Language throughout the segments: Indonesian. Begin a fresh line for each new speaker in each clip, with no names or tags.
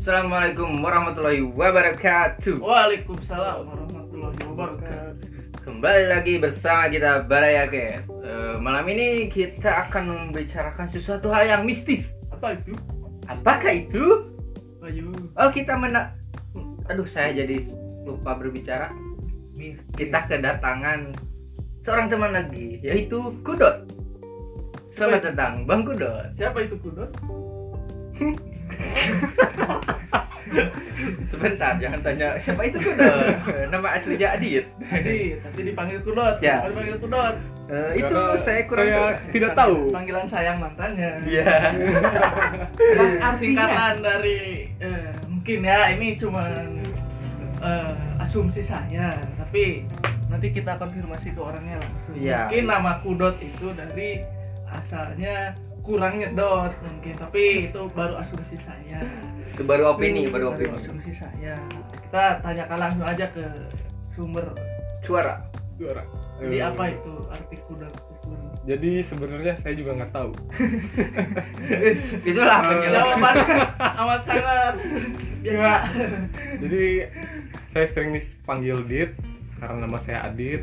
Assalamualaikum warahmatullahi wabarakatuh
Waalaikumsalam warahmatullahi wabarakatuh.
Kembali lagi bersama kita Baraya Cast Eh, Malam ini kita akan membicarakan sesuatu hal yang mistis
Apa itu?
Apakah itu?
Ayo.
Oh kita mena... Aduh saya jadi lupa berbicara Kita
Iya.
kedatangan seorang teman lagi Yaitu Kudot Selamat datang Bang Kudot
Siapa itu kudot?
Sebentar jangan tanya siapa itu Kudot Nama aslinya Adit
Tadi, tapi dipanggil kudot.
Ya.
Bukan Dipanggil kudot.
Eh, Itu
Karena
saya kurang
saya tidak tahu.
Panggilan sayang mantannya.
Iya
Yang
Artinya?
singkatan dari eh, mungkin ya ini cuma eh, asumsi saya, tapi nanti kita konfirmasi ke orangnya langsung.
Iya.
Mungkin nama kudot itu dari asalnya kurang nyedot mungkin, tapi itu baru asumsi saya.
Itu baru opini, baru
Baru
opini
asumsi saya. iya, Kita tanyakan langsung aja ke sumber.
Suara
Suara.
Jadi
Eh,
apa ya? itu arti kudot?
Jadi sebenarnya saya juga nggak tahu.
Itulah
Eh,
penjelasan.
Jawaban amat sangat Iya. biasa.
Nggak. Jadi saya sering dipanggil Dit karena nama saya Adit.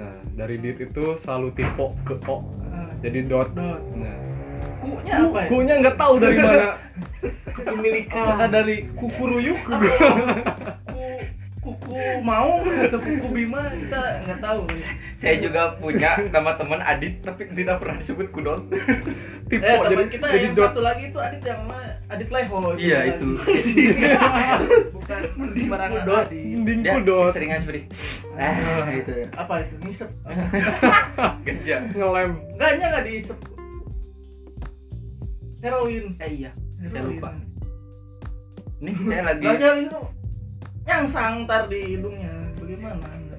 Nah, dari Dit itu selalu tipe ke O.
Eh,
Jadi dot.
Dot.
Nah,
Kunya apa ya?
kukunya nggak tahu dari mana.
Memiliki kata dari kukuruyuk kuku kuku mau atau kuku bima kita nggak tahu.
Saya juga punya nama teman Adit tapi tidak pernah disebut Kudot.
Tipe
Eh
jadi
teman kita
jadi
yang
dot.
satu lagi itu Adit yang mana? Adit Leho.
Iya itu.
Bukan sembarangan
Dot.
Adit.
Mending
Dia
kudot.
seringan seperti ah gitu ya.
Apa itu? Ngisep.
Ganja.
Ngelem.
Enggaknya nggak diisep. Heroin.
Eh iya. Saya
Heroin.
lupa. Nih saya lagi.
Enggaknya itu yang sangtar di hidungnya. Bagaimana? Anda?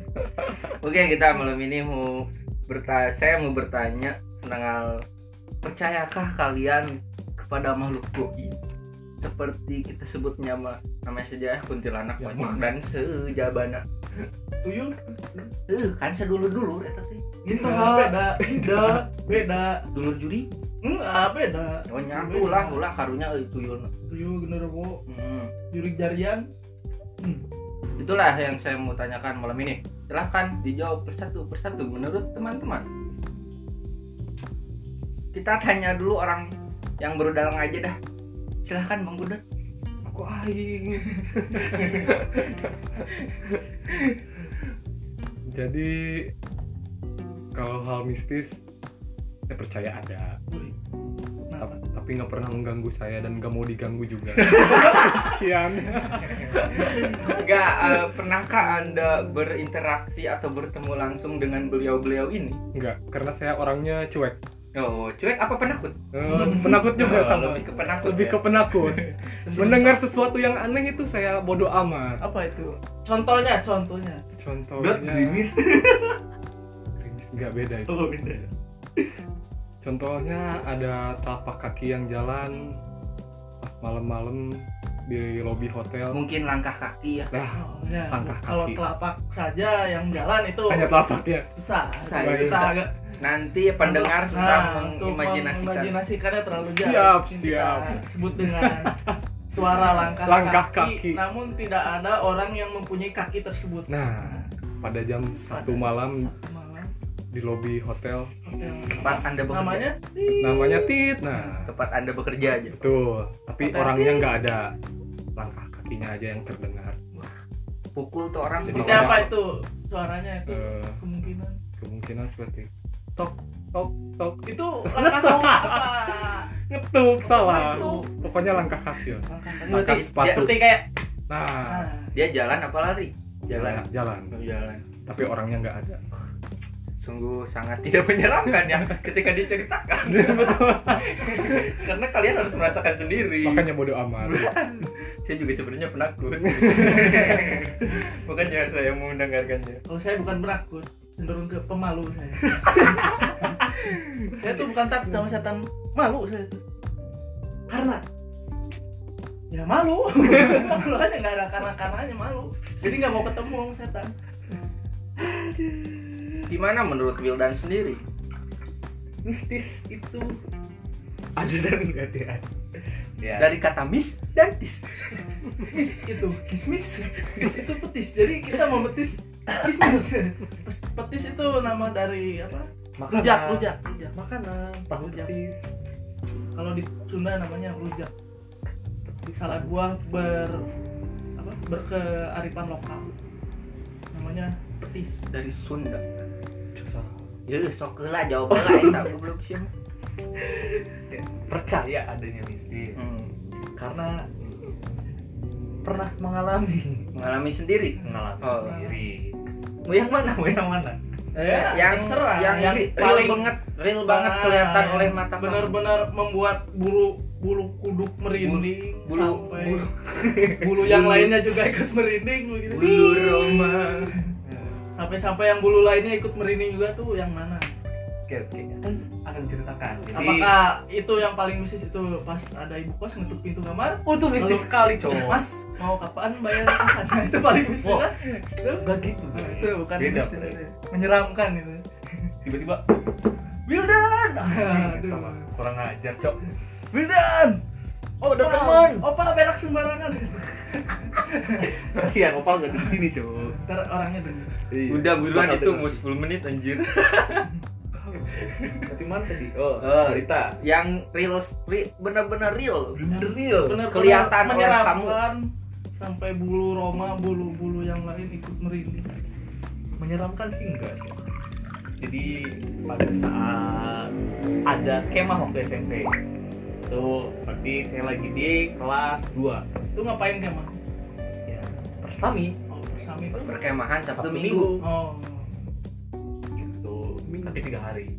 Oke kita malam ini mau bertanya. Saya mau bertanya tentang hal percayakah kalian kepada makhluk goib seperti kita sebutnya nama namanya saja kuntilanak
Ya,
pocong dan sejabana
Tuyul?
eh kan saya dulu dulu ya tapi
Enggak, beda, beda, beda.
dulur juri
Enggak, beda.
Oh nyatu lah, ulah karunya eh, tuyul.
Tuyul genderuwo,
Hmm.
jurik jarian. Hmm.
Itulah yang saya mau tanyakan malam ini. Silahkan dijawab persatu persatu menurut teman-teman. Kita tanya dulu orang yang baru dalang aja dah. Silahkan Bang Budet.
Aku aing.
Jadi kalau hal mistis saya percaya ada.
Wih. Nah,
Tap- tapi nggak pernah mengganggu saya dan nggak mau diganggu juga sekian
Enggak, eh, pernahkah Anda berinteraksi atau bertemu langsung dengan beliau-beliau ini?
nggak karena saya orangnya cuek
Oh, cuek apa penakut?
Eh, penakut juga
Oh,
sama
lebih ke penakut.
lebih
ya?
ke penakut mendengar sesuatu yang aneh itu saya bodoh amat
apa itu? Contohnya, contohnya.
Budet
contohnya
gerimis.
gerimis nggak beda itu
Oh,
gitu.
beda.
contohnya ada tapak kaki yang jalan pas malam-malam di lobi hotel
Mungkin langkah kaki ya.
nah
Oh, ya.
Langkah kaki.
Kalau telapak saja yang jalan itu
hanya tapaknya
susah.
Susah,
Kita
iya.
agak
Nanti pendengar
Nah,
susah
Ah, untuk
mengimajinasikan.
mengimajinasikannya terlalu jauh.
Siap,
Mungkin
siap.
kita Sebut dengan suara langkah,
Langkah kaki.
Namun tidak ada orang yang mempunyai kaki tersebut.
nah pada jam satu malam
Satu malam.
di lobi hotel
hotel.
Tempat Anda bekerja.
Namanya
namanya tit nah
tempat anda bekerja aja
Betul, tapi
Tapi-
orangnya nggak ada. Langkah kakinya aja yang terdengar.
pukul tuh orang
Jadi
siapa
siapa itu? Suaranya itu
Eh,
kemungkinan.
kemungkinan seperti tok tok tok
Itu langkah kaki apa?
ngetuk salah.
Ngetuk.
Pokoknya langkah kaki.
Langkah kaki
Langkah
Iya,
berarti
sepatu.
seperti kayak
Nah,
ah,
dia jalan apa lari jalan
jalan.
jalan
Tapi orangnya nggak ada.
sungguh sangat tidak menyeramkan ya ketika diceritakan karena kalian harus merasakan sendiri
Makanya bodo amat.
saya juga sebenarnya penakut bukannya saya mau mendengarkannya
kalau Oh, saya bukan penakut cenderung ke pemalu saya saya tuh bukan takut sama setan malu saya tuh
karena
ya malu malu aja nggak ada karena karenanya malu jadi nggak mau ketemu sama setan
gimana menurut Wildan sendiri mistis itu
Ada dan nggak ada.
Iya.
dari kata mis dan tis
Is itu kismis, is itu petis. Jadi kita mau petis kismis. Pes- Petis itu nama dari apa?
Makanan.
Rujak, rujak, rujak.
Makanan, tahu
Rujak.
petis.
Kalau di Sunda namanya rujak. Di salad buah ber apa? Berkearifan lokal. Namanya petis.
dari Sunda
Cesa.
ya sok lah jawab lah kita aku belum sih
Percaya adanya mistis
hmm.
karena pernah mengalami
mengalami sendiri
mengalami
Oh.
sendiri.
mau yang mana
Mau yang mana?
Eh,
iya, Ya, yang
terserah.
yang,
yang
real
paling
banget real banget kelihatan
Ah,
oleh mata kamu.
benar-benar membuat bulu bulu kuduk merinding
Bulu-
sampai bulu,
bulu.
yang
Bulu.
lainnya juga ikut merinding begitu.
bulu Roma
sampai sampai yang bulu lainnya ikut merinding juga tuh yang mana
Oke, oke. Akan
Hmm.
akan ceritakan. Jadi,
apakah
Iya.
itu yang paling mistis itu pas ada ibu kos ngetuk pintu kamar
Oh, itu mistis
Lalu-
sekali, cowok.
mas mau kapan bayar kosan Nah, itu paling mistis
Wow.
kan? itu,
Enggak gitu, Bro.
itu bukan
Beda,
mistis
Bro.
itu. menyeramkan itu
Tiba-tiba Wildan!
Aduh.
Anjing, sama. kurang ajar, Cok.
Wildan
oh udah
Opa,
teman
opa berak sembarangan
Kasihan opal enggak di sini, Cok.
ntar orangnya denger
Iya.
udah buruan
Bakal
itu
denger.
mau 10 menit anjir
Tapi mana tadi? Oh,
Eh,
cerita.
yang real real- benar-benar real
Bener real.
benar
Kelihatan oleh
menyeramkan sampai bulu Roma bulu-bulu yang lain ikut merinding
menyeramkan sih enggak jadi pada saat Eh, ada kemah waktu SMP itu berarti saya lagi di kelas 2
itu ngapain kemah
ya persami
oh bersama itu
perkemahan Sabtu, Minggu.
oh
gitu tapi tiga hari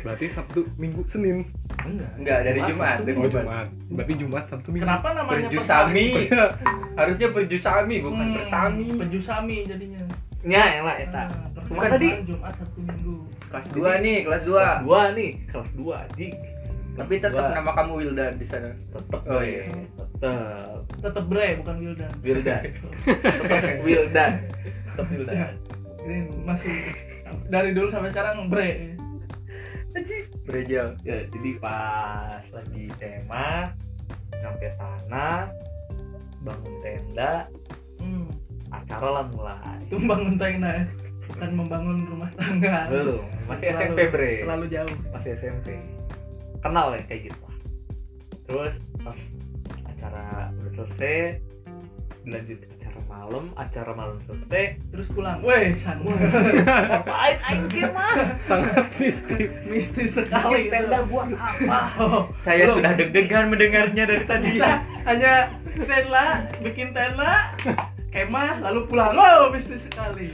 Berarti Sabtu, Minggu, Senin.
enggak
Enggak, dari Jumat, dari
Oh, Jumat. Berarti Jumat, Sabtu, Minggu.
kenapa namanya
Perjusami. Harusnya perjusami bukan
Hmm,
persami.
Penjusami jadinya
ya elah eta
Ah, pertemuan
Bukan tadi.
Jumat Sabtu Minggu
Kelas 2 nih, kelas 2.
dua nih kelas dua di
Tapi tetap nama kamu Wildan di sana.
tetep ya.
Oh, iya.
tetep
tetap Bre bukan Wildan
Wildan tetep Wildan tetep Wildan
ini masih dari dulu sampai sekarang Bre
Brejel.
ya jadi pas lagi tema nyampe tanah bangun tenda
hmm,
acara lah mulai
itu bangun tenda ya. bukan membangun rumah tangga
belum masih
Terlalu-
SMP bre
terlalu jauh
masih SMP kenal ya kayak gitu lah terus pas acara udah selesai lanjut acara malam acara malam selesai
terus pulang weh san
ngapain anjing mah
Sangat mistis.
mistis
bikin
sekali
tenda buat apa
Oh,
Saya
belum.
sudah deg-degan mendengarnya dari tadi.
kita hanya tenda bikin tenda kemah lalu pulang oh mistis sekali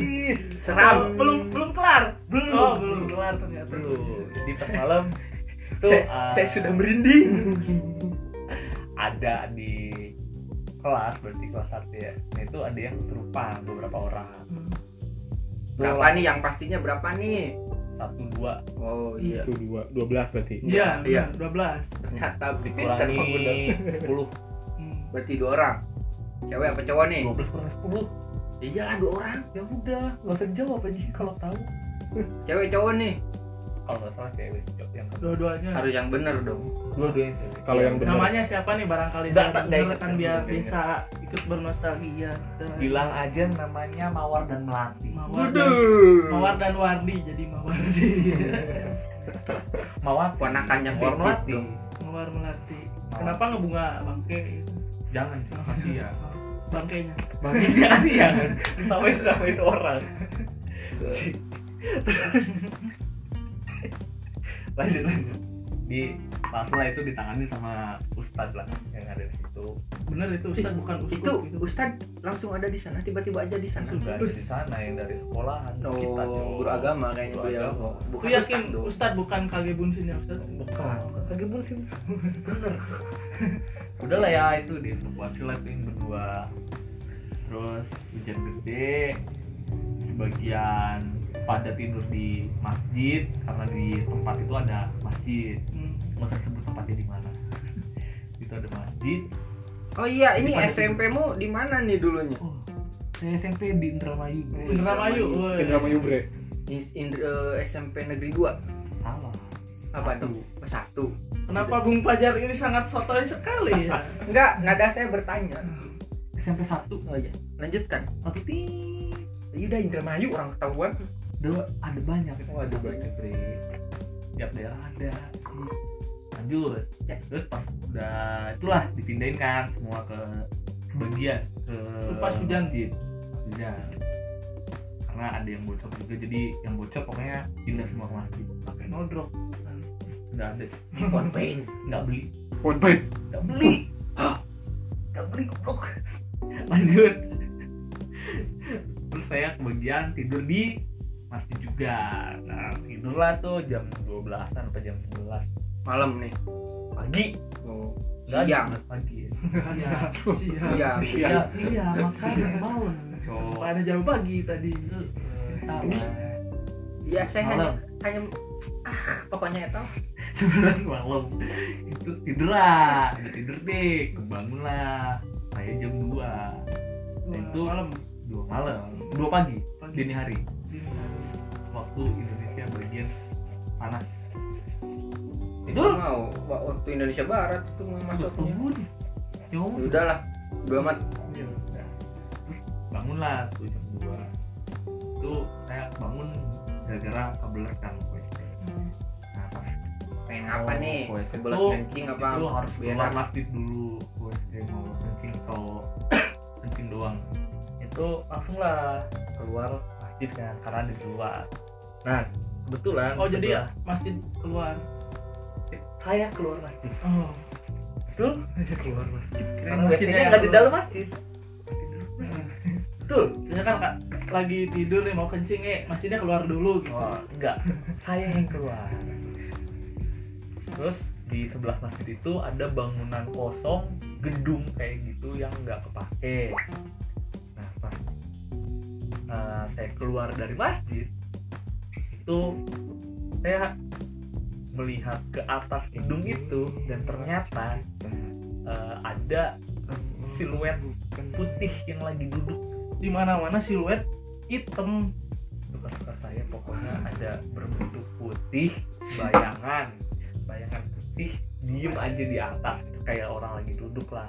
Ih,
Seram.
belum belum kelar
Oh, Belum.
oh belum kelar ternyata
Belum. Jadi pas malam tuh
Saya,
ah,
saya sudah merinding.
ada di kelas berarti kelas satu ya. Nah, itu ada yang kesurupan beberapa orang.
Hmm.
Berapa nih yang pastinya berapa nih?
Satu dua
Oh iya.
Itu dua, dua belas berarti.
Iya,
Iya.
iya, 12.
Ternyata pintar
dikurangi
kamu Wildan.
sepuluh
Hmm.
Berarti dua orang. Cewek apa cowok nih?
dua belas kurang sepuluh.
Iyalah dua orang.
Ya udah nggak usah jawab aja kalau tahu.
Cewek cowok nih.
Kalau nggak salah cewek jawab yang kedua.
Dua-duanya.
Harus yang bener dong.
Dua-duanya cewek.
Kalau yang benar.
Namanya siapa nih barangkali?
Nggak,
Saya
tak- nggak
bener
ikut.
kan biar
Nggak ikut.
bisa ikut bernostalgia. Dan
bilang aja namanya Mawar dan Melati.
Mawar dan,
Waduh.
Mawar dan Wardi jadi Mawardi.
Mawar
Ponakannya
Mawar
Pipit
Melati.
dong.
Mawar melati.
Mawar.
Kenapa ngebunga bangke?
Jangan. Makasih ya.
Bangkainya.
bagian ya sampai sama itu orang lanjut lanjut di langsung lah itu ditangani sama ustadz lah yang ada di situ
Bener itu Ustaz bukan gitu. Ustaz.
Itu Ustadz langsung ada di sana tiba-tiba aja di sana.
sudah ada di sana yang dari sekolahan kita cowok.
Oh, guru agama kayaknya
Guru
tuh ya.
agama.
Aku
Bukan
yakin
ustadz dong.
Ustaz bukan Kage Bunsin ya Ustaz.
bukan lagi pun sih bener udahlah ya itu di evakuasi lah itu yang berdua terus hujan gede sebagian pada tidur di masjid karena di tempat itu ada masjid
Hmm.
nggak usah sebut tempatnya di mana itu ada masjid
Oh iya, ini
Ini pada
SMP-mu di mana nih dulunya?
oh saya SMP di Indramayu
Oh, iya.
Indramayu.
Indramayu.
woi.
eh,
Indramayu Bre.
Di Indra- SMP Negeri 2.
salah
apa tuh Oh, satu
Kenapa Bung Pajar ini sangat sotoy sekali ya?
enggak nggak ada saya bertanya SMP satu oh ya lanjutkan
Atau ti
ya udah Indramayu orang ketahuan
Duh, ada banyak
Oh, ada banyak.
Bre. Tiap daerah ada sih. Lanjut
Ya.
Terus pas udah itulah dipindahin kan semua ke sebagian ke
Pas hujan.
masjid. Pas hujan Karena ada yang bocor juga jadi yang bocor pokoknya pindah semua ke masjid
Pakai nodrok.
Nggak ada
di Ponpain
Nggak beli
Point baik.
Nggak beli Nggak beli goblok Lanjut Terus saya kebagian tidur di masjid juga Nah tidurlah tuh jam 12-an sampai jam 11
malam nih
pagi
oh.
Nggak ada
Siang.
11 pagi ya.
Iya.
Iya, iya makanya malam cowok
Pada jauh pagi tadi.
sama
Iya saya hanya
Malam.
hanya ah pokoknya itu
sebelas malam itu tidur lah udah tidur deh kebangun lah saya jam 2 Nah, itu
malam.
dua malam dua pagi
Pagi.
dini hari waktu Indonesia bagian panas tidur
mau wa- waktu Indonesia Barat tuh mau
masuk
masuknya
ya
Ya
ngomong
udahlah udah amat
Ya udah. terus bangunlah tuh jam 2 itu saya bangun gara-gara kabel rekam wifi nah pas
pengen apa
mau
nih
ke WC
sebelah
tuh,
kencing apa
itu harus
biar
keluar masjid dulu ke WC mau kencing atau kencing doang itu langsung lah keluar masjid kan karena di luar nah kebetulan
Oh jadi ya
sebelah-
masjid keluar.
saya keluar masjid
Oh.
betul saya keluar masjid karena
WC-nya
masjidnya
yang
nggak di
keluar.
dalam masjid betul
Dia Hmm. kan kak, lagi tidur nih mau kencing nih, masjidnya keluar dulu gitu.
Oh, enggak. Saya yang keluar. Terus di sebelah masjid itu ada bangunan kosong, gedung kayak gitu yang nggak kepake. Nah, pas eh, saya keluar dari masjid itu saya melihat ke atas gedung itu dan ternyata eh, ada siluet putih yang lagi duduk
Di mana-mana siluet hitam.
suka-suka saya pokoknya ada berbentuk putih bayangan bayangan putih diem aja di atas gitu kayak orang lagi duduk lah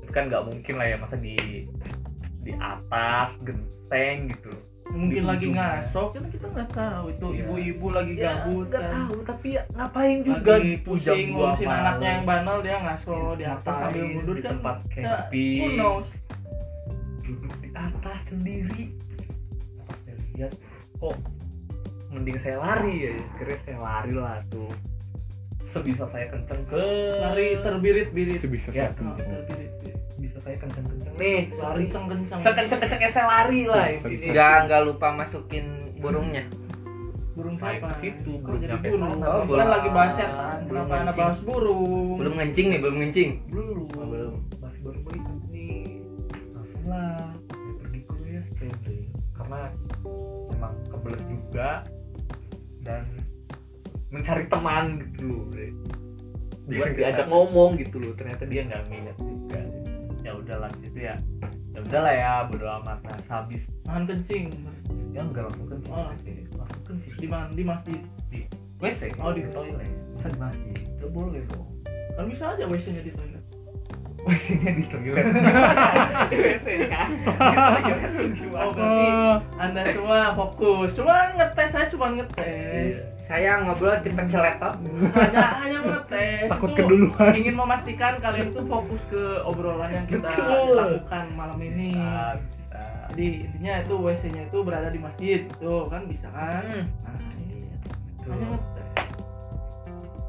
itu kan nggak mungkin lah ya masa di di atas genteng gitu
Mungkin
Di
lagi
ujungnya.
ngasok, kan kita nggak tahu itu
Iya.
ibu-ibu lagi gabut.
nggak
kan.
tahu tapi ya, ngapain juga
lagi
gitu jam
pusing
dua
ngurusin
malam. Iya,
anaknya yang banal dia ngaso di atas
Ngapain
sambil mundur
di
kan
tempat
ya,
camping.
who knows?
duduk di atas sendiri Pas saya lihat kok mending saya lari ya akhirnya saya lari lah tuh sebisa saya kenceng ke
lari terbirit-birit
Sebisa
Ya.
saya
Oh,
kenceng.
terbirit-birit
bisa saya kenceng-kenceng nih
lari
lari
kenceng-kenceng
sekenceng-kencengnya saya lari lah
Bisa,
intinya
bisa.
nggak nggak lupa masukin burungnya
burung
naik
siapa
ke situ,
Kok
burung
jadi
nyampe
burung
sana.
Kan
Burung.
lagi bahas setan
Burung
kenapa anda
mancing.
bahas burung
belum ngencing nih belum ngencing
belum
Oh, belum.
masih baru melihat nih langsung lah saya pergi ke WSP Bray. karena emang kebelet juga dan mencari teman gitu loh Bray. buat diajak ngomong gitu loh ternyata dia nggak ngeliat juga ya udahlah gitu ya ya udahlah ya bodo amat nah habis
nahan kencing
ya nggak langsung kencing
Oh.
langsung kencing eh.
di mana di masjid
WC
Oh, di
toilet masa di masjid nggak boleh dong
kan bisa aja wc nya di toilet
WC-nya di toilet di WC-nya
oh berarti anda semua fokus cuma ngetes saya cuma
eh,
ngetes
saya ngobrol tipe celetot
hanya hanya ngetes
Takut
Itu
keduluan.
ingin memastikan kalian tuh fokus ke obrolan yang kita
Betul.
lakukan malam ini jadi intinya itu wc nya itu berada di masjid tuh kan bisa kan nah ini hanya ngetes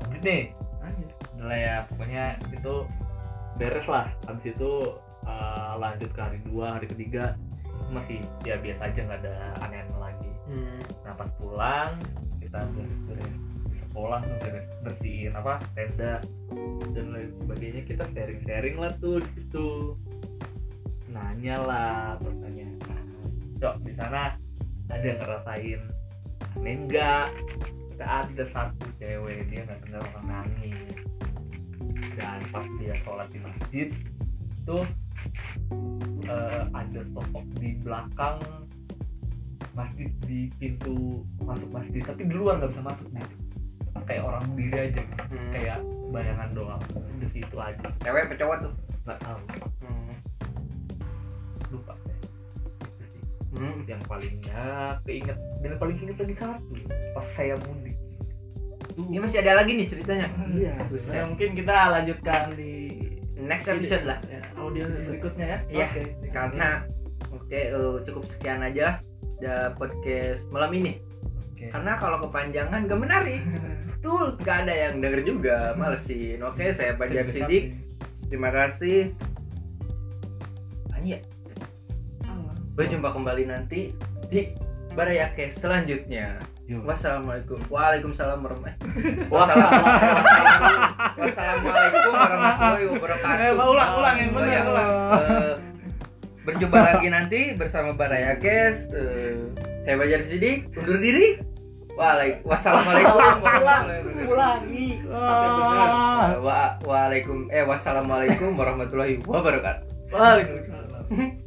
lanjut nih
Lanjut.
udah lah ya pokoknya itu beres lah habis itu eh, lanjut ke hari dua hari ketiga masih ya biasa aja nggak ada aneh-aneh lagi
Hmm.
nah pas pulang kita beres-beres di sekolah tuh beres bersihin apa tenda dan lain sebagainya kita sharing-sharing lah tuh di situ nanya lah pertanyaan cok di sana ada yang ngerasain aneh enggak kita ada satu cewek dia nggak dengar orang nangis dan pas dia sholat di masjid tuh eh, ada sosok di belakang masjid di pintu masuk masjid tapi di luar nggak bisa masuk nih kayak orang sendiri aja
Hmm.
kayak bayangan doang di situ aja
cewek apa cowok tuh
nggak tahu
hmm.
lupa Itu sih.
Hmm.
yang palingnya keinget dan yang paling inget lagi satu pas saya mudik
ini masih ada lagi nih ceritanya
iya
Ya, mungkin kita lanjutkan di
next episode lah
ya, audio berikutnya ya.
Iya.
Oke.
karena oke eh, cukup sekian aja da podcast malam ini
Kan
karena kalau kepanjangan gak menarik betul gak ada yang denger juga malesin oke saya Fajar Sidik terima kasih Anjir, berjumpa kembali nanti di Barayake selanjutnya
Yo.
wassalamualaikum waalaikumsalam warahmatullahi
Wassalam.
wassalamualaikum warahmatullahi wabarakatuh
Eh, ulang, ulang, yang bener,
Iya,
ulang.
eh, berjumpa lagi nanti bersama Barayakes eh, saya Bajar Sidik undur diri Waalaikumsalam wassalamualaikum warahmatullahi wabarakatuh
ulangi
Wa- waalaikum eh wassalamualaikum warahmatullahi wabarakatuh
Waalaikumsalam.